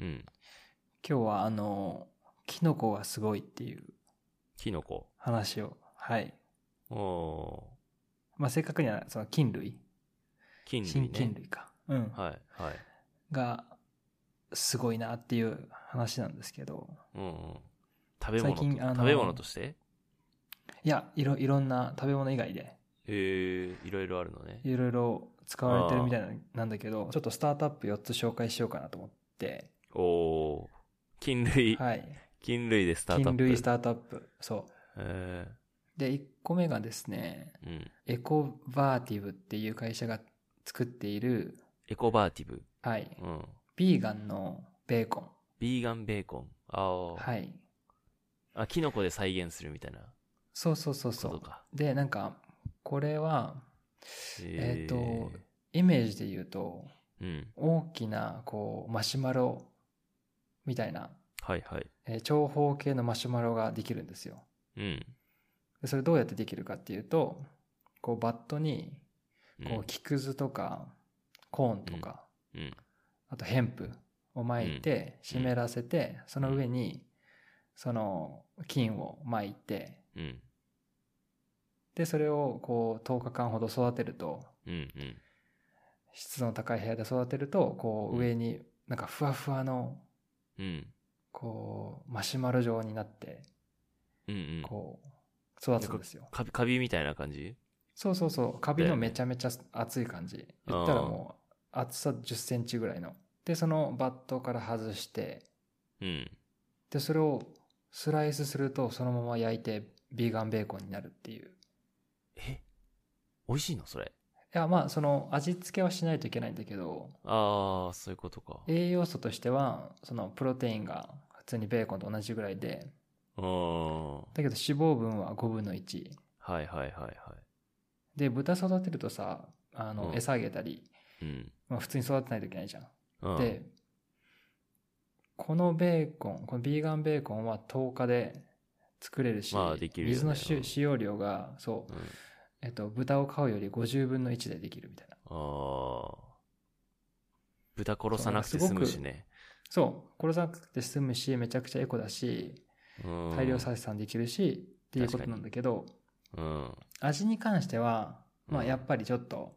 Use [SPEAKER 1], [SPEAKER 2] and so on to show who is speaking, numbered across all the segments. [SPEAKER 1] うん。
[SPEAKER 2] 今日はあの、キノコがすごいっていう
[SPEAKER 1] キノコ。
[SPEAKER 2] 話を、はい。
[SPEAKER 1] お
[SPEAKER 2] まあ、正確にはその菌類、
[SPEAKER 1] ー。菌類
[SPEAKER 2] 新
[SPEAKER 1] ね。
[SPEAKER 2] 菌類か。うん。
[SPEAKER 1] はい、はい。
[SPEAKER 2] が、すごいなっていう話なんですけど、
[SPEAKER 1] うんうん。食べ物と
[SPEAKER 2] 最近あの
[SPEAKER 1] 食べ物として
[SPEAKER 2] いや、いろ、いろんな食べ物以外で、
[SPEAKER 1] えー、いろいろあるのね。
[SPEAKER 2] いろいろ使われてるみたいななんだけど、ちょっとスタートアップ4つ紹介しようかなと思って、
[SPEAKER 1] おー。菌類、
[SPEAKER 2] はい。
[SPEAKER 1] 菌類でスタートア
[SPEAKER 2] 菌
[SPEAKER 1] ップ。
[SPEAKER 2] 類スタートアップ。そう。
[SPEAKER 1] え
[SPEAKER 2] で、1個目がですね、
[SPEAKER 1] ー、うん。
[SPEAKER 2] エコバーティブっていう会社が作っている、
[SPEAKER 1] エコバーティブ。
[SPEAKER 2] はい、
[SPEAKER 1] うん。
[SPEAKER 2] ビーガンのベーコン。
[SPEAKER 1] ビーガンベーコン。あー、
[SPEAKER 2] はい。
[SPEAKER 1] あ、キノコで再現するみたいな
[SPEAKER 2] そうそうそう
[SPEAKER 1] こ
[SPEAKER 2] そ
[SPEAKER 1] と
[SPEAKER 2] う。
[SPEAKER 1] か。
[SPEAKER 2] で、なんか、これは、え
[SPEAKER 1] え
[SPEAKER 2] っとイメージで言うと、
[SPEAKER 1] うん。
[SPEAKER 2] 大きな、こう、マシュマロみたいな、
[SPEAKER 1] はいはい。
[SPEAKER 2] えー長方形のマシュマロができるんですよ。
[SPEAKER 1] うん。
[SPEAKER 2] でそれどうやってできるかっていうと、こう、バットに、こう、木くずとか、コーンとか、
[SPEAKER 1] うん。うん。
[SPEAKER 2] あとヘンプを巻いて湿らせて、その上にその菌を巻いて
[SPEAKER 1] うん。
[SPEAKER 2] でそれをこう10日間ほど育てると
[SPEAKER 1] うん。うん。
[SPEAKER 2] 湿度の高い部屋で育てるとこう
[SPEAKER 1] うん
[SPEAKER 2] 上になんかふわふわの
[SPEAKER 1] うん。
[SPEAKER 2] こうマシュマロ状になって
[SPEAKER 1] うん。うん。
[SPEAKER 2] こう育つんですよ。
[SPEAKER 1] カビ、カビみたいな感じ
[SPEAKER 2] そうそうそうカビ
[SPEAKER 1] だ
[SPEAKER 2] の
[SPEAKER 1] よね
[SPEAKER 2] めちゃめちゃ熱い感じ言ったらもう厚さ1 0センチぐらいの。でそのバットから外して
[SPEAKER 1] うん。
[SPEAKER 2] でそれをスライスするとそのまま焼いてビーガンベーコンになるっていうい
[SPEAKER 1] え美味しいのそれ。
[SPEAKER 2] やまあその味付けはしないといけないんだけど
[SPEAKER 1] ああ、そういうことか。
[SPEAKER 2] 栄養素としてはそのプロテインが普通にベーコンと同じぐらいで
[SPEAKER 1] うーん。は
[SPEAKER 2] だけど脂肪分は5分の1
[SPEAKER 1] いはいはいは
[SPEAKER 2] で豚育てるとさあ
[SPEAKER 1] う
[SPEAKER 2] の
[SPEAKER 1] ん
[SPEAKER 2] 餌あげたり、
[SPEAKER 1] い。うん。
[SPEAKER 2] まあ、普通に育てないといけないじゃん、
[SPEAKER 1] うん、
[SPEAKER 2] でこのベーコンこのビーガンベーコンは10日で作れるし、
[SPEAKER 1] まあできるよね
[SPEAKER 2] 水のしゅ
[SPEAKER 1] うん
[SPEAKER 2] 使用量がそう、
[SPEAKER 1] うん、
[SPEAKER 2] えっと、豚を飼うより50分の1でできるみたいな
[SPEAKER 1] ああ。豚殺さなくて済むしね。
[SPEAKER 2] そう、殺さなくて済むし、めちゃくちゃエコだし、
[SPEAKER 1] うん
[SPEAKER 2] 大量採算できるし、っていうことなんだけど、
[SPEAKER 1] うん。
[SPEAKER 2] 味に関しては、まあ
[SPEAKER 1] うん
[SPEAKER 2] やっぱりちょっと、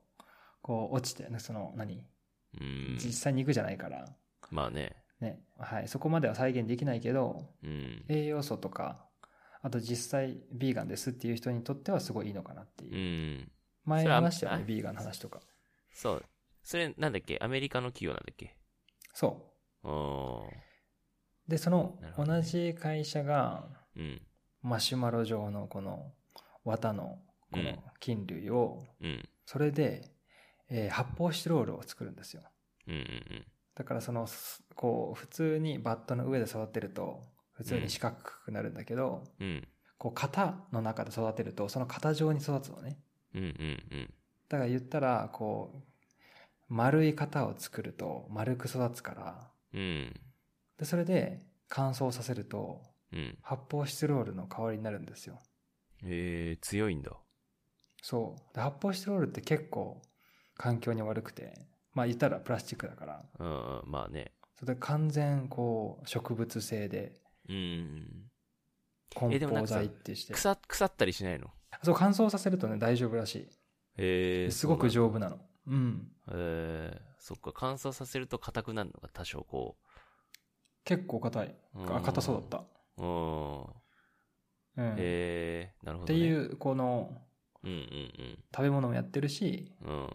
[SPEAKER 2] こう落ちて、その、何
[SPEAKER 1] うん。
[SPEAKER 2] 実際に行くじゃないから、
[SPEAKER 1] まあね。
[SPEAKER 2] ね、はい、そこまでは再現できないけど、
[SPEAKER 1] うん。
[SPEAKER 2] 栄養素とか、あと実際ビーガンですっていう人にとってはすごいいいのかなっていうう。
[SPEAKER 1] ん。
[SPEAKER 2] 前
[SPEAKER 1] それは
[SPEAKER 2] 話したよね
[SPEAKER 1] あ、
[SPEAKER 2] ビーガンの話とか。
[SPEAKER 1] そう。それ、なんだっけアメリカの企業なんだっけ
[SPEAKER 2] そ
[SPEAKER 1] お
[SPEAKER 2] う。で、その
[SPEAKER 1] なるほどね
[SPEAKER 2] 同じ会社が、
[SPEAKER 1] うん。
[SPEAKER 2] マシュマロ状のこの綿のこ
[SPEAKER 1] うん
[SPEAKER 2] の菌類を
[SPEAKER 1] うん。
[SPEAKER 2] それで、えー発泡スチロールを作るんですよ
[SPEAKER 1] うん。うん。
[SPEAKER 2] だからそのすこう普通にバットの上で育てると普通に四角くなるんだけど、
[SPEAKER 1] うん。
[SPEAKER 2] こう型の中で育てるとその型状に育つのね
[SPEAKER 1] うん。うん。
[SPEAKER 2] だから言ったらこう丸い型を作ると丸く育つから
[SPEAKER 1] うん。うん。
[SPEAKER 2] でそれで乾燥させると
[SPEAKER 1] うん。
[SPEAKER 2] 発泡スチロールの代わりになるんですよ
[SPEAKER 1] えー、強いんだ。
[SPEAKER 2] そう。で発泡スチロールって結構環境に悪くて、まあ言ったらプラスチックだから、
[SPEAKER 1] うん。まあね。
[SPEAKER 2] それで完全こう植物性で
[SPEAKER 1] うん。
[SPEAKER 2] 梱
[SPEAKER 1] えでもなん
[SPEAKER 2] 包
[SPEAKER 1] かさ
[SPEAKER 2] 材ってして、
[SPEAKER 1] 腐、腐ったりしないの
[SPEAKER 2] そう乾燥させるとね大丈夫らしい。
[SPEAKER 1] えー、
[SPEAKER 2] すごく
[SPEAKER 1] そう
[SPEAKER 2] 丈夫なの。うん。
[SPEAKER 1] なんだえー、そっか、乾燥させると硬くなるのが多少こ
[SPEAKER 2] 結構硬い。
[SPEAKER 1] うん
[SPEAKER 2] あ、硬そうだっ
[SPEAKER 1] う。うん。
[SPEAKER 2] た。うん。
[SPEAKER 1] えー、なるほ
[SPEAKER 2] っ
[SPEAKER 1] ど、
[SPEAKER 2] て
[SPEAKER 1] ね。
[SPEAKER 2] い
[SPEAKER 1] うん。
[SPEAKER 2] うこの
[SPEAKER 1] うん
[SPEAKER 2] 食べ物もやってるし、
[SPEAKER 1] うんうん。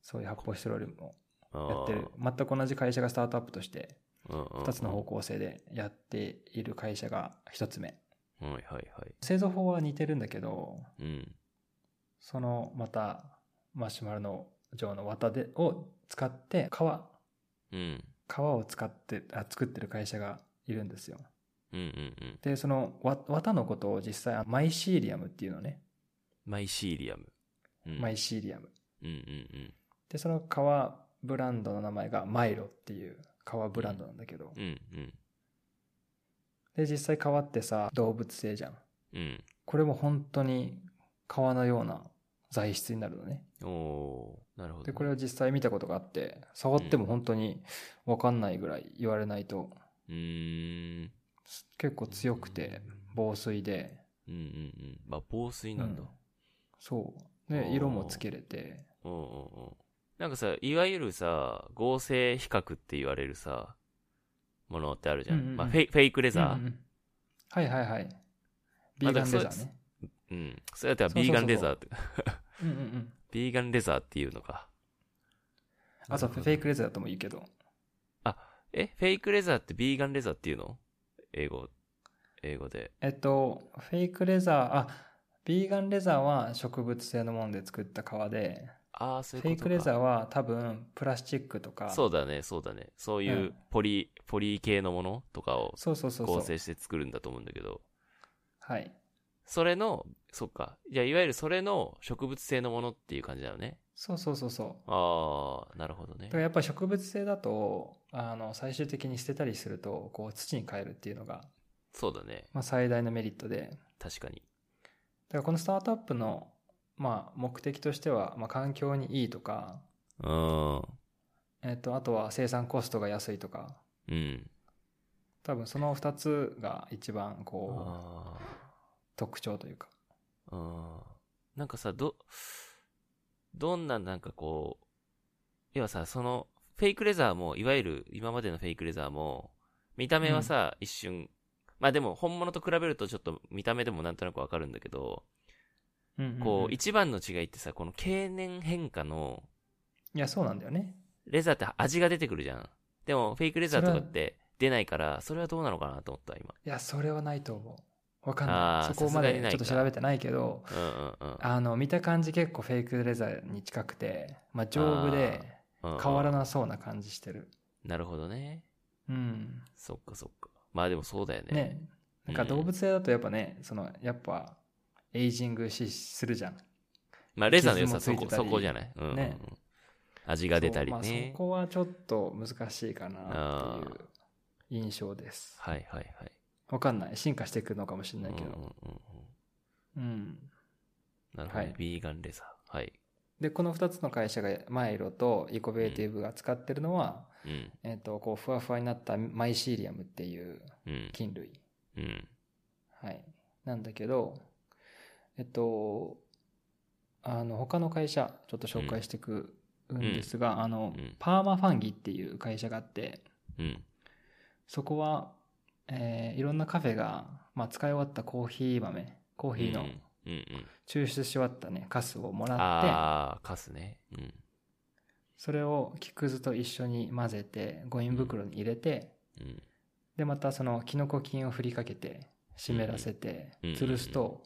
[SPEAKER 2] そういう発泡スチロールも
[SPEAKER 1] うん。
[SPEAKER 2] やってる。全く同じ会社がスタートアップとして、
[SPEAKER 1] あー。うんうん、
[SPEAKER 2] 2つの方向性でやっている会社が1つ目。
[SPEAKER 1] うん。はいはいはい。
[SPEAKER 2] 製造法は似てるんだけど、
[SPEAKER 1] うん。
[SPEAKER 2] そのまたマシュマロの状の綿でを使って皮
[SPEAKER 1] うん。
[SPEAKER 2] 皮を使ってあ作ってる会社がいるんですよ
[SPEAKER 1] うんうんうん。
[SPEAKER 2] でそのわ綿のことを実際あマイシーリアムっていうのね、
[SPEAKER 1] マイシーリアム。うん、
[SPEAKER 2] マイシーリアム
[SPEAKER 1] うんうん
[SPEAKER 2] でその皮ブランドの名前がマイロっていう革ブランドなんだけど、
[SPEAKER 1] うん。うんうん。
[SPEAKER 2] で実際革ってさ動物性じゃん
[SPEAKER 1] うん。
[SPEAKER 2] これも本当に革のような材質になるのね。
[SPEAKER 1] おおーなるほどね、
[SPEAKER 2] で、これは実際見たことがあって、触っても本当にわかんないぐらい言われないと、
[SPEAKER 1] うーん。
[SPEAKER 2] 結構強くて、防水で、
[SPEAKER 1] うんうんうん。まあ、防水なんだ。
[SPEAKER 2] うんそう。で、
[SPEAKER 1] おー
[SPEAKER 2] 色もつけれて、
[SPEAKER 1] うん、うんうん。なんかさ、いわゆるさ、合成比較って言われるさ、ものってあるじゃん。
[SPEAKER 2] うんうんうん
[SPEAKER 1] まあフェイ、フェイクレザー。
[SPEAKER 2] うんうんはいはいはい。ビーガンレザーね。
[SPEAKER 1] うん。それだった
[SPEAKER 2] そうそうそう
[SPEAKER 1] らビーガンレザーって。
[SPEAKER 2] うんうんうん。
[SPEAKER 1] ビーガンレザーっていうのか。
[SPEAKER 2] あと
[SPEAKER 1] な
[SPEAKER 2] フ
[SPEAKER 1] るほど
[SPEAKER 2] ェイクレザーとも言うけど、
[SPEAKER 1] え、フェイクレザーってビーガンレザーっていうの英語。英語で。
[SPEAKER 2] えっと、フェイクレザー、あ、ビーガンレザーは植物性のもので作った革で、
[SPEAKER 1] ああ、そういう
[SPEAKER 2] フェ
[SPEAKER 1] こ
[SPEAKER 2] イ
[SPEAKER 1] とか。
[SPEAKER 2] クレザーは多分プラスチックとか、
[SPEAKER 1] そうだね、そうだね。そういううんポリ、ポリ系のものとかを
[SPEAKER 2] そうそうそうそう
[SPEAKER 1] 合成して作るんだと思うんだけど。
[SPEAKER 2] はい。
[SPEAKER 1] それの、そっか。じゃあ、いわゆるそれの植物性のものっていう感じだよね。
[SPEAKER 2] そうそうそうそう。
[SPEAKER 1] ああ、なるほどね
[SPEAKER 2] だか。らやっぱり植物性だと、あの、最終的に捨てたりすると、こう土に変えるっていうのが、
[SPEAKER 1] そうだね。
[SPEAKER 2] まあ最大のメリットで、
[SPEAKER 1] 確かに。
[SPEAKER 2] だからこのスタートアップの、まあ、目的としては、まあ、環境にいいとか、
[SPEAKER 1] うん。
[SPEAKER 2] えっと、あとは生産コストが安いとか
[SPEAKER 1] うん。
[SPEAKER 2] 多分その2つが一番こう
[SPEAKER 1] あ
[SPEAKER 2] 特徴というか
[SPEAKER 1] あ。うん。なんかさ、ど、どんななんかこう、要はさ、その、フェイクレザーも、いわゆる今までのフェイクレザーも、見た目はさ、一瞬、まあでも本物と比べるとちょっと見た目でもなんとなくわかるんだけど、こう、
[SPEAKER 2] い
[SPEAKER 1] 一番の違いってさ、この経年変化の、
[SPEAKER 2] やそうなんだよね
[SPEAKER 1] レザーって味が出てくるじゃん。でも、フェイクレザーとかって出ないから、それはどうなのかなと思った、今。
[SPEAKER 2] いやそれはないと思うわかん
[SPEAKER 1] あ
[SPEAKER 2] な
[SPEAKER 1] ー
[SPEAKER 2] いそこまで
[SPEAKER 1] さすがにない
[SPEAKER 2] ちょ
[SPEAKER 1] か
[SPEAKER 2] っと調べてないけど
[SPEAKER 1] うんうんうん。
[SPEAKER 2] あの見た感じ結構フェイクレザーに近くて、まあ、丈夫で
[SPEAKER 1] うんうん
[SPEAKER 2] 変わらなそうな感じしてる
[SPEAKER 1] なるほどね。
[SPEAKER 2] うん
[SPEAKER 1] そっかそっか。まあでもそうだよね。
[SPEAKER 2] ねなんか動物性だとやっぱねそのやっぱエイジングしするじゃん
[SPEAKER 1] まあ、レザーの良さは
[SPEAKER 2] 傷
[SPEAKER 1] そ
[SPEAKER 2] もつい
[SPEAKER 1] こ、
[SPEAKER 2] てたり
[SPEAKER 1] そこじゃない。うんうんうん、
[SPEAKER 2] ね
[SPEAKER 1] 味が出たり
[SPEAKER 2] そうまあ
[SPEAKER 1] ね
[SPEAKER 2] そ。こはちょっと難しいかなっていう印象です
[SPEAKER 1] はいはいはい。
[SPEAKER 2] わかんない進化していくのかもしれないけ
[SPEAKER 1] うんう
[SPEAKER 2] ど、
[SPEAKER 1] んうんうん
[SPEAKER 2] うん、
[SPEAKER 1] なるほどね、
[SPEAKER 2] はい
[SPEAKER 1] ビーガンレザー。はい。
[SPEAKER 2] でこの2つの会社がマイロとイコベーティブが使ってるのは、
[SPEAKER 1] うん。
[SPEAKER 2] えっとこうふわふわになったマイシーリアムっていう
[SPEAKER 1] うん。
[SPEAKER 2] 菌類、
[SPEAKER 1] うん。
[SPEAKER 2] はい、なんだけどえっとあの他の会社ちょっと紹介していくんですが、あの
[SPEAKER 1] うん
[SPEAKER 2] パーマファンギっていう会社があって
[SPEAKER 1] うん。
[SPEAKER 2] そこは、えーいろんなカフェが、まあ、使い終わったコーヒー豆コーヒー
[SPEAKER 1] う
[SPEAKER 2] の
[SPEAKER 1] んうんうん。
[SPEAKER 2] 抽出し終わったねカスをもらって、
[SPEAKER 1] ああ、カスね。うん。
[SPEAKER 2] それを木くずと一緒に混ぜてゴミ袋に入れて、
[SPEAKER 1] うん。
[SPEAKER 2] でまたそのキノコ菌を振りかけて湿らせて
[SPEAKER 1] うん
[SPEAKER 2] 吊るすと、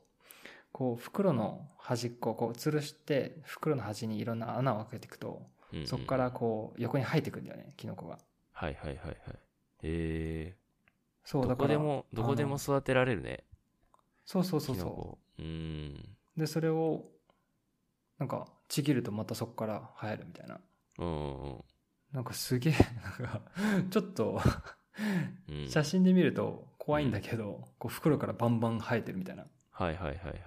[SPEAKER 2] こう袋の端っこをこう吊るして袋の端にいろんな穴を開けていくと
[SPEAKER 1] うんうん
[SPEAKER 2] そこからこう横に生えていくんだよねキノコが
[SPEAKER 1] はいはいはいはい。え
[SPEAKER 2] そ
[SPEAKER 1] ー、
[SPEAKER 2] うだ
[SPEAKER 1] ど
[SPEAKER 2] か
[SPEAKER 1] こ
[SPEAKER 2] ら
[SPEAKER 1] でも、どこでも
[SPEAKER 2] あの
[SPEAKER 1] 育てられるね。
[SPEAKER 2] そうそうそう
[SPEAKER 1] キノ
[SPEAKER 2] そ
[SPEAKER 1] コ。うーん。
[SPEAKER 2] うでそれをなんかちぎるとまたそこから生えるみたいな
[SPEAKER 1] うんうん
[SPEAKER 2] なんかすげえなんかちょっと
[SPEAKER 1] うんうん。
[SPEAKER 2] 写真で見ると怖いんだけど、こう袋からバンバン生えてるみたいな、
[SPEAKER 1] はいはいはいはいはい。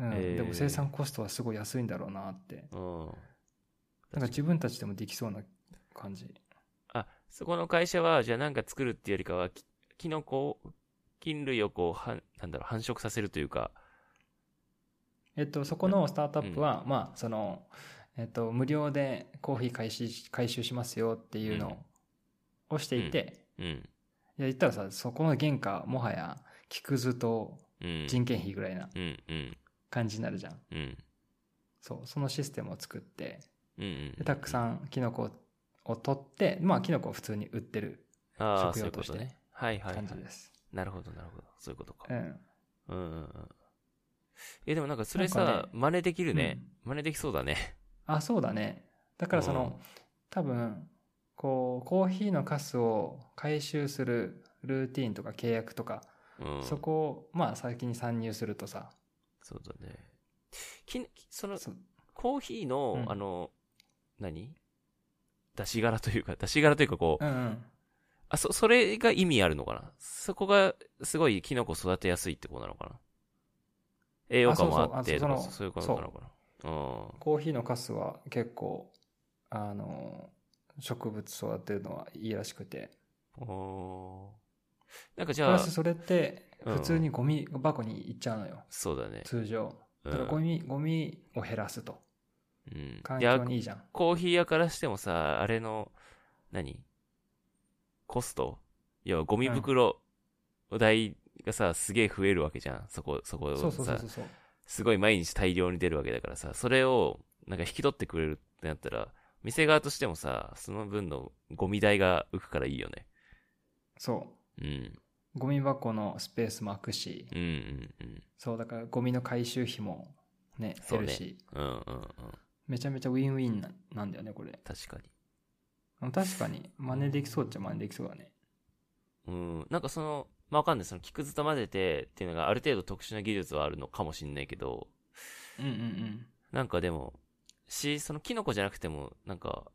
[SPEAKER 2] うん
[SPEAKER 1] えー
[SPEAKER 2] でも生産コストはすごい安いんだろうなって
[SPEAKER 1] うん。
[SPEAKER 2] なんか自分たちでもできそうな感じ
[SPEAKER 1] あ、そこの会社は、じゃあなんか作るっていうよりかは、きキノコを、菌類をこう、はん、なんだろう、繁殖させるというか。
[SPEAKER 2] えっとそこのスタートアップは、まあそのえっと無料でコーヒー回収し回収しますよっていうのをしていて、
[SPEAKER 1] うん。
[SPEAKER 2] いや言ったらさそこの原価もはや木くずと
[SPEAKER 1] うん。
[SPEAKER 2] 人件費ぐらいな
[SPEAKER 1] うんうん。
[SPEAKER 2] 感じになるじゃん
[SPEAKER 1] うん。
[SPEAKER 2] そうそのシステムを作って
[SPEAKER 1] うんうんう
[SPEAKER 2] で
[SPEAKER 1] ん。
[SPEAKER 2] たく
[SPEAKER 1] ん。
[SPEAKER 2] さんキノコを取ってまあキノコを普通に売ってる
[SPEAKER 1] あ
[SPEAKER 2] 食
[SPEAKER 1] あ、そ
[SPEAKER 2] 用
[SPEAKER 1] ういうことと
[SPEAKER 2] して
[SPEAKER 1] ね。はいはい、はい
[SPEAKER 2] 感。じです。
[SPEAKER 1] なるほどなるほど。そういうことか。
[SPEAKER 2] うん。
[SPEAKER 1] うんうんうん。え、でもなんかそれ
[SPEAKER 2] なんかね、
[SPEAKER 1] さ真似できるね。真似できそうだね。
[SPEAKER 2] あ、そうだね。だからそ
[SPEAKER 1] うん
[SPEAKER 2] の、多分、こう、コーヒーのカスを回収するルーティンとか契約とか、
[SPEAKER 1] うん。
[SPEAKER 2] そこを、まあ、先に参入するとさ、
[SPEAKER 1] そうだね。きその、
[SPEAKER 2] そ
[SPEAKER 1] コーヒー
[SPEAKER 2] う
[SPEAKER 1] の、
[SPEAKER 2] ん
[SPEAKER 1] あの、何出し柄というか、出し柄というかこう、
[SPEAKER 2] うんうん。
[SPEAKER 1] あ、そ、それが意味あるのかなそこが、すごいキノコ育てやすいってことなのか栄養価もあって
[SPEAKER 2] あそ
[SPEAKER 1] と
[SPEAKER 2] うそうあそ
[SPEAKER 1] か、
[SPEAKER 2] の
[SPEAKER 1] そういうことなのかな。うん。
[SPEAKER 2] コーヒーのカスは結構、あの、植物育てるのはいいらしくて。
[SPEAKER 1] おーなんかじ
[SPEAKER 2] プ
[SPEAKER 1] ゃ
[SPEAKER 2] ラ
[SPEAKER 1] あ
[SPEAKER 2] ス、それって、
[SPEAKER 1] うん
[SPEAKER 2] 普通にゴミ箱に行っちゃうのよ。
[SPEAKER 1] そうだね。
[SPEAKER 2] 通常。
[SPEAKER 1] う
[SPEAKER 2] だからゴ
[SPEAKER 1] ん。
[SPEAKER 2] ミ、ゴミを減らすと。
[SPEAKER 1] うん
[SPEAKER 2] 環
[SPEAKER 1] いや
[SPEAKER 2] 境にいいじゃん。
[SPEAKER 1] コーヒー屋からしてもさ、あれの、何コスト要はゴミ袋代がさ、すげえ増えるわけじゃん。そこ、そこを
[SPEAKER 2] そうそうそう
[SPEAKER 1] さ
[SPEAKER 2] そ、うそう。
[SPEAKER 1] すごい毎日大量に出るわけだからさ、それをなんか引き取ってくれるってなったら、店側としてもさ、その分のゴミ代が浮くからいいよね。
[SPEAKER 2] そ
[SPEAKER 1] うん。
[SPEAKER 2] う。ゴミ箱のスペースも空くし、
[SPEAKER 1] うんうんうん。
[SPEAKER 2] そう、だからゴミの回収費もね、
[SPEAKER 1] そう
[SPEAKER 2] 減
[SPEAKER 1] ね
[SPEAKER 2] るし、
[SPEAKER 1] うんうんうん。
[SPEAKER 2] めちゃめちゃウィンウィンななんだよね、これ。
[SPEAKER 1] 確かに。
[SPEAKER 2] 確かに、真似できそうっちゃ真似できそうだね。
[SPEAKER 1] うん、なんかその、まあ、わかんない、その、木くずと混ぜてっていうのがある程度特殊な技術はあるのかもしんないけど、
[SPEAKER 2] うんうんうん。
[SPEAKER 1] なんかでも、し、そのキノコじゃなくても、なんか、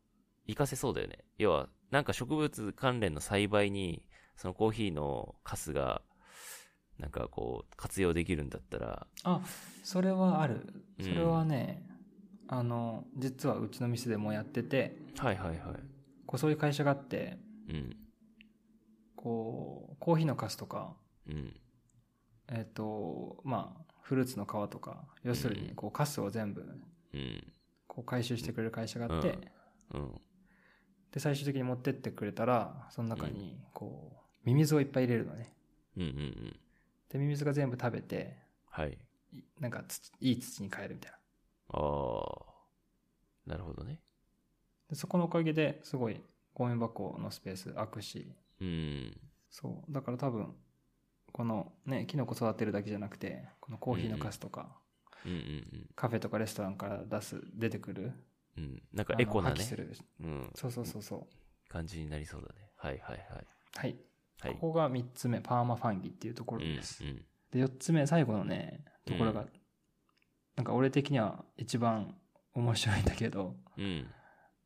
[SPEAKER 1] 活かせそうだよね。要は、なんか植物関連の栽培に、そのコーヒーのカスが、なんかこう、活用できるんだったら、
[SPEAKER 2] あ、それはある。
[SPEAKER 1] うん
[SPEAKER 2] それはね、あの、実はうちの店でもやってて、
[SPEAKER 1] はいはいはい。
[SPEAKER 2] こうそういう会社があって、
[SPEAKER 1] うん、
[SPEAKER 2] こう、コーヒーのカスとか、
[SPEAKER 1] うん、
[SPEAKER 2] えっ、と、まあ、フルーツの皮とか、要するに、こう、カスを全部、
[SPEAKER 1] うん、
[SPEAKER 2] こう、回収してくれる会社があって、
[SPEAKER 1] うんうん。
[SPEAKER 2] で、最終的に持ってってくれたら、その中に、こう、ミミズをいっぱい入れるのね。
[SPEAKER 1] うんうんうん。
[SPEAKER 2] で、ミミズが全部食べて、
[SPEAKER 1] はい。
[SPEAKER 2] いなんか土、いい土に変えるみたいな。
[SPEAKER 1] ああ。なるほどね。
[SPEAKER 2] でそこのおかげですごい、ゴミ箱のスペース空くし、
[SPEAKER 1] うん。
[SPEAKER 2] そう。だから多分、このね、キノコ育てるだけじゃなくて、このコーヒーのカスとか、
[SPEAKER 1] うんうん
[SPEAKER 2] カフェとかレストランから出す、出てくる。
[SPEAKER 1] うん。うん。なんかエコ
[SPEAKER 2] あ
[SPEAKER 1] な
[SPEAKER 2] の破
[SPEAKER 1] ね
[SPEAKER 2] 棄。する。
[SPEAKER 1] うん。
[SPEAKER 2] そうそうそうそう。
[SPEAKER 1] 感じになりそうだね。はいはいはい。
[SPEAKER 2] はい。
[SPEAKER 1] はい。
[SPEAKER 2] ここが3つ目、パーマファンギっていうところです。
[SPEAKER 1] うんうん
[SPEAKER 2] で、4つ目、最後のね、ところが、
[SPEAKER 1] う
[SPEAKER 2] なんか俺的には一番面白いんだけど、
[SPEAKER 1] うん。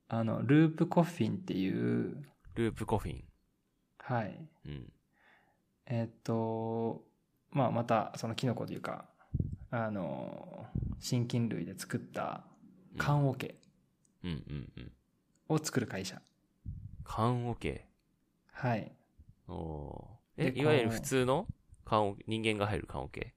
[SPEAKER 2] あの、ループコフィンっていう、
[SPEAKER 1] ループコフィン。
[SPEAKER 2] はい。
[SPEAKER 1] うん。
[SPEAKER 2] えっと、まあ、また、そのキノコというか、あの、真菌類で作った缶桶
[SPEAKER 1] うんうんうん。
[SPEAKER 2] を作る会社。
[SPEAKER 1] 缶桶。
[SPEAKER 2] はい。
[SPEAKER 1] おおー。え、
[SPEAKER 2] で
[SPEAKER 1] いわゆる
[SPEAKER 2] この
[SPEAKER 1] 普通の缶桶、人間が入る缶桶。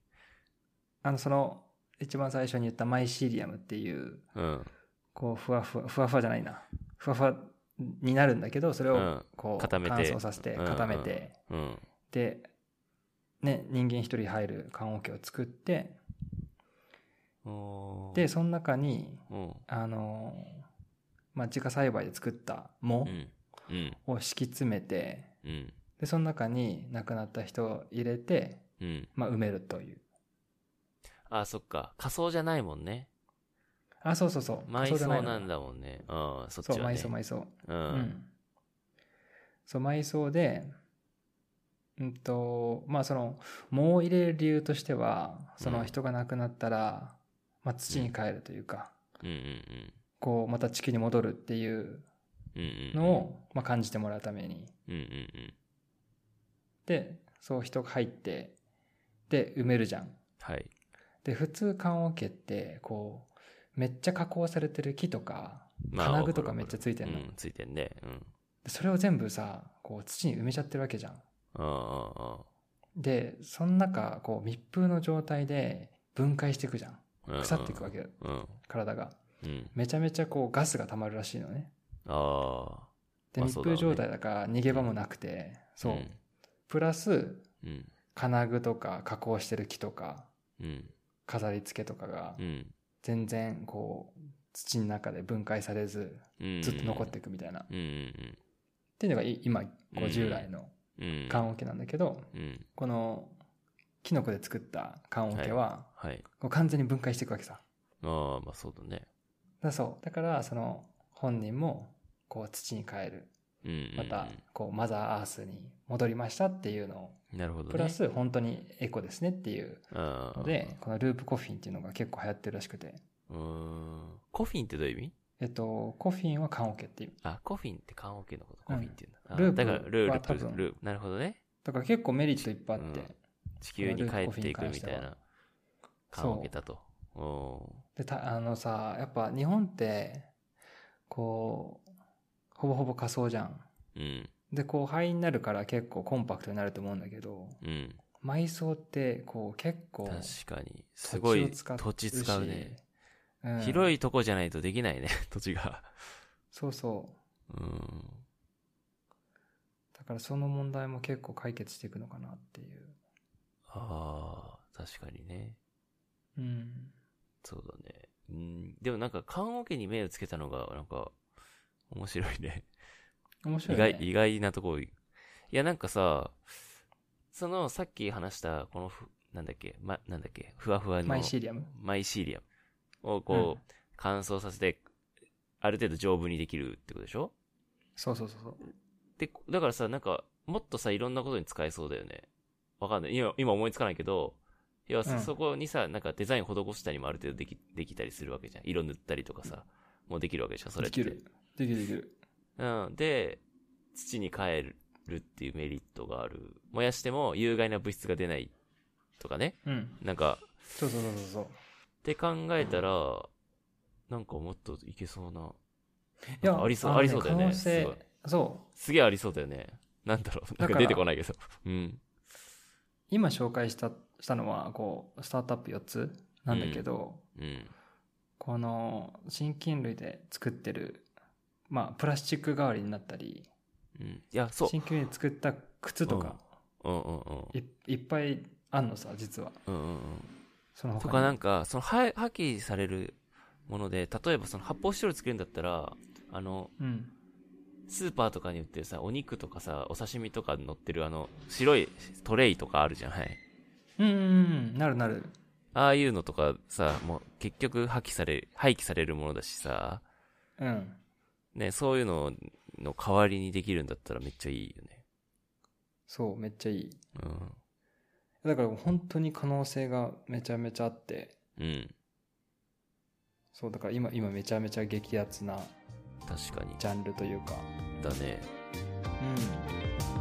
[SPEAKER 2] あの、その、一番最初に言ったマイシリアムっていう、
[SPEAKER 1] うん。
[SPEAKER 2] こう、ふわふわ、ふわふわじゃないな。ふわふわになるんだけど、それ
[SPEAKER 1] う
[SPEAKER 2] を
[SPEAKER 1] ん。
[SPEAKER 2] こう、
[SPEAKER 1] 固めて
[SPEAKER 2] 乾燥させて、
[SPEAKER 1] うん
[SPEAKER 2] 固めて、
[SPEAKER 1] うん。
[SPEAKER 2] で、ね、人間一人入る棺桶を作って、
[SPEAKER 1] おー
[SPEAKER 2] で、、その中に、
[SPEAKER 1] うん。
[SPEAKER 2] あのーまあ、自家栽培で作った藻
[SPEAKER 1] うん。うん。
[SPEAKER 2] を敷き詰めて、
[SPEAKER 1] うん。
[SPEAKER 2] で、その中に亡くなった人を入れて、
[SPEAKER 1] うん。
[SPEAKER 2] まあ、埋めるという。
[SPEAKER 1] あ、そっか。仮想じゃないもんね。
[SPEAKER 2] あ、そうそうそう。
[SPEAKER 1] 埋
[SPEAKER 2] じゃ
[SPEAKER 1] 葬
[SPEAKER 2] いの
[SPEAKER 1] なんだもんね。うん。そっ
[SPEAKER 2] そう、
[SPEAKER 1] ちはね。
[SPEAKER 2] 埋葬、埋葬。
[SPEAKER 1] う。
[SPEAKER 2] うんん。そう、埋葬で、うんと、まあ、その、藻を入れる理由としては、その人が亡くなったら、まあ、土に帰るというか、
[SPEAKER 1] うんうんうん。
[SPEAKER 2] こう、また地球に戻るっていう
[SPEAKER 1] うんうんうん。
[SPEAKER 2] のを、まあ、感じてもらうために。
[SPEAKER 1] うんうんうん。
[SPEAKER 2] で、そう人が入って、で、埋めるじゃん。
[SPEAKER 1] はい。
[SPEAKER 2] で、普通缶オケって、こう、めっちゃ加工されてる木とか、金具とかめっちゃついて
[SPEAKER 1] る
[SPEAKER 2] んの。
[SPEAKER 1] うん、ついてんね。うん。
[SPEAKER 2] でそれを全部さ、こう、土に埋めちゃってるわけじゃん。
[SPEAKER 1] うんうんうん。
[SPEAKER 2] で、その中、こう、密封の状態で分解していくじゃん。腐っていくわ
[SPEAKER 1] け。
[SPEAKER 2] けよ、
[SPEAKER 1] うん。
[SPEAKER 2] 体が。
[SPEAKER 1] うん。
[SPEAKER 2] めちゃめちゃこう、ガスが溜まるらしいのね。
[SPEAKER 1] ああ。
[SPEAKER 2] で、
[SPEAKER 1] まあ
[SPEAKER 2] 密
[SPEAKER 1] そうだろ
[SPEAKER 2] 封
[SPEAKER 1] うね
[SPEAKER 2] 状態だから逃げ場もなくて、そう。プラス、
[SPEAKER 1] うん。うん。
[SPEAKER 2] 金具とか加工してる木とか
[SPEAKER 1] うん。
[SPEAKER 2] 飾り付けとかが
[SPEAKER 1] うん。
[SPEAKER 2] 全然こう土の中で分解されず
[SPEAKER 1] うん。
[SPEAKER 2] ずっと残っていくみたいな、っ
[SPEAKER 1] うんうん
[SPEAKER 2] ていうのがい今
[SPEAKER 1] う
[SPEAKER 2] こ
[SPEAKER 1] ん
[SPEAKER 2] う従来の
[SPEAKER 1] うん。うん。
[SPEAKER 2] 缶桶なんだけど、
[SPEAKER 1] うん。
[SPEAKER 2] このキノコで作った缶桶は
[SPEAKER 1] はい。
[SPEAKER 2] こう完全に分解していくわけさ
[SPEAKER 1] ああ、まあそうだね。
[SPEAKER 2] だそうだからその本人もこう土に変える
[SPEAKER 1] うんうんうん。
[SPEAKER 2] またこうマザーアースに戻りましたっていうのを
[SPEAKER 1] なるほどね。
[SPEAKER 2] プラス本当にエコですねっていう
[SPEAKER 1] ああ。
[SPEAKER 2] のでこのループコフィンっていうのが結構流行ってるらしくて
[SPEAKER 1] うーん。コフィンってどういう意味
[SPEAKER 2] えっと、コフィンは缶オケっていう。
[SPEAKER 1] あ、コフィンって缶オケのこと。コフィンって言うんだ。
[SPEAKER 2] うん
[SPEAKER 1] あー
[SPEAKER 2] ループ
[SPEAKER 1] だから、ルー
[SPEAKER 2] は
[SPEAKER 1] ル
[SPEAKER 2] 多
[SPEAKER 1] プ
[SPEAKER 2] 分
[SPEAKER 1] ループ。なるほどね。
[SPEAKER 2] だから結構メリットいっぱいあって。
[SPEAKER 1] 地球に帰っていくみたいな。感を受けたと。お
[SPEAKER 2] でたあのさやっぱ日本ってこうほぼほぼ仮想じゃん
[SPEAKER 1] ーうん。
[SPEAKER 2] でこう灰になるから結構コンパクトになると思うんだけど
[SPEAKER 1] うん。
[SPEAKER 2] 埋葬ってこう結構
[SPEAKER 1] 確かに。すごい土地使うね。、
[SPEAKER 2] うん
[SPEAKER 1] 広いとこじゃないとできないね、 土地が。
[SPEAKER 2] そうそう
[SPEAKER 1] うん。
[SPEAKER 2] だからその問題も結構解決していくのかなっていう
[SPEAKER 1] ああ、確かにね。
[SPEAKER 2] うん
[SPEAKER 1] そうだね。うん。でもなんか、棺桶に目をつけたのが、なんか、面白いね。
[SPEAKER 2] 面白
[SPEAKER 1] 意
[SPEAKER 2] い、ね、
[SPEAKER 1] 外、意外なとこいや、なんかさ、その、さっき話した、このふ、なんだっけ、ま、なんだっけ、ふわふわの、
[SPEAKER 2] マイシーリアム
[SPEAKER 1] マイシーリアムをこう、乾燥させて、ある程度丈夫にできるってことでしょ
[SPEAKER 2] そうそうそうそう
[SPEAKER 1] で、だからさ、なんか、もっとさ、いろんなことに使えそうだよね。わかんない。今、今思いつかないけど、要はそ,、
[SPEAKER 2] うん
[SPEAKER 1] こにさ、なんかデザイン施したりもある程度でき、できたりするわけじゃん。色塗ったりとかさ、もうできるわけでしょそれ
[SPEAKER 2] でき
[SPEAKER 1] って。
[SPEAKER 2] るできるできる
[SPEAKER 1] うん。で、土に変えるっていうメリットがある。燃やしても有害な物質が出ないとかね。
[SPEAKER 2] うん
[SPEAKER 1] なんか、
[SPEAKER 2] そうそうそうそうそう
[SPEAKER 1] って考えたら、なんかもっといけそうな。
[SPEAKER 2] いや
[SPEAKER 1] ありそう
[SPEAKER 2] の
[SPEAKER 1] ありそうだよね
[SPEAKER 2] 可能性
[SPEAKER 1] すごい
[SPEAKER 2] そう
[SPEAKER 1] すげえありそうだよね。なんだろう。
[SPEAKER 2] だか
[SPEAKER 1] な
[SPEAKER 2] ら
[SPEAKER 1] んか出てこないけど。うん。
[SPEAKER 2] 今紹介したしたのはこうスタートアップ4つなんだけど、
[SPEAKER 1] うん。
[SPEAKER 2] この真菌類で作ってるまあプラスチック代わりになったり
[SPEAKER 1] うん。いや、そう。
[SPEAKER 2] 真菌類で作った靴とか
[SPEAKER 1] うんうんうん。
[SPEAKER 2] い,、いっぱいあんのさ実は
[SPEAKER 1] うんうんうん。
[SPEAKER 2] その他
[SPEAKER 1] と
[SPEAKER 2] に
[SPEAKER 1] かなんか、その、は破棄されるもので、例えばその発泡スチロール作るんだったら、あの、
[SPEAKER 2] うん
[SPEAKER 1] スーパーとかに売ってるさ、お肉とかさ、お刺身とか乗ってるあの、白いトレイとかあるじゃん。はい。
[SPEAKER 2] うんうんうんなるなる
[SPEAKER 1] ああいうのとかさ、もう結局破棄され、廃棄されるものだしさ、
[SPEAKER 2] うん
[SPEAKER 1] ね、そういうのの代わりにできるんだったらめっちゃいいよね。
[SPEAKER 2] そうめっちゃいい
[SPEAKER 1] うん。
[SPEAKER 2] だから本当に可能性がめちゃめちゃあって
[SPEAKER 1] うん。
[SPEAKER 2] そうだから今今めちゃめちゃ激アツな
[SPEAKER 1] 確かに。
[SPEAKER 2] ジャンルというか
[SPEAKER 1] だね。
[SPEAKER 2] うん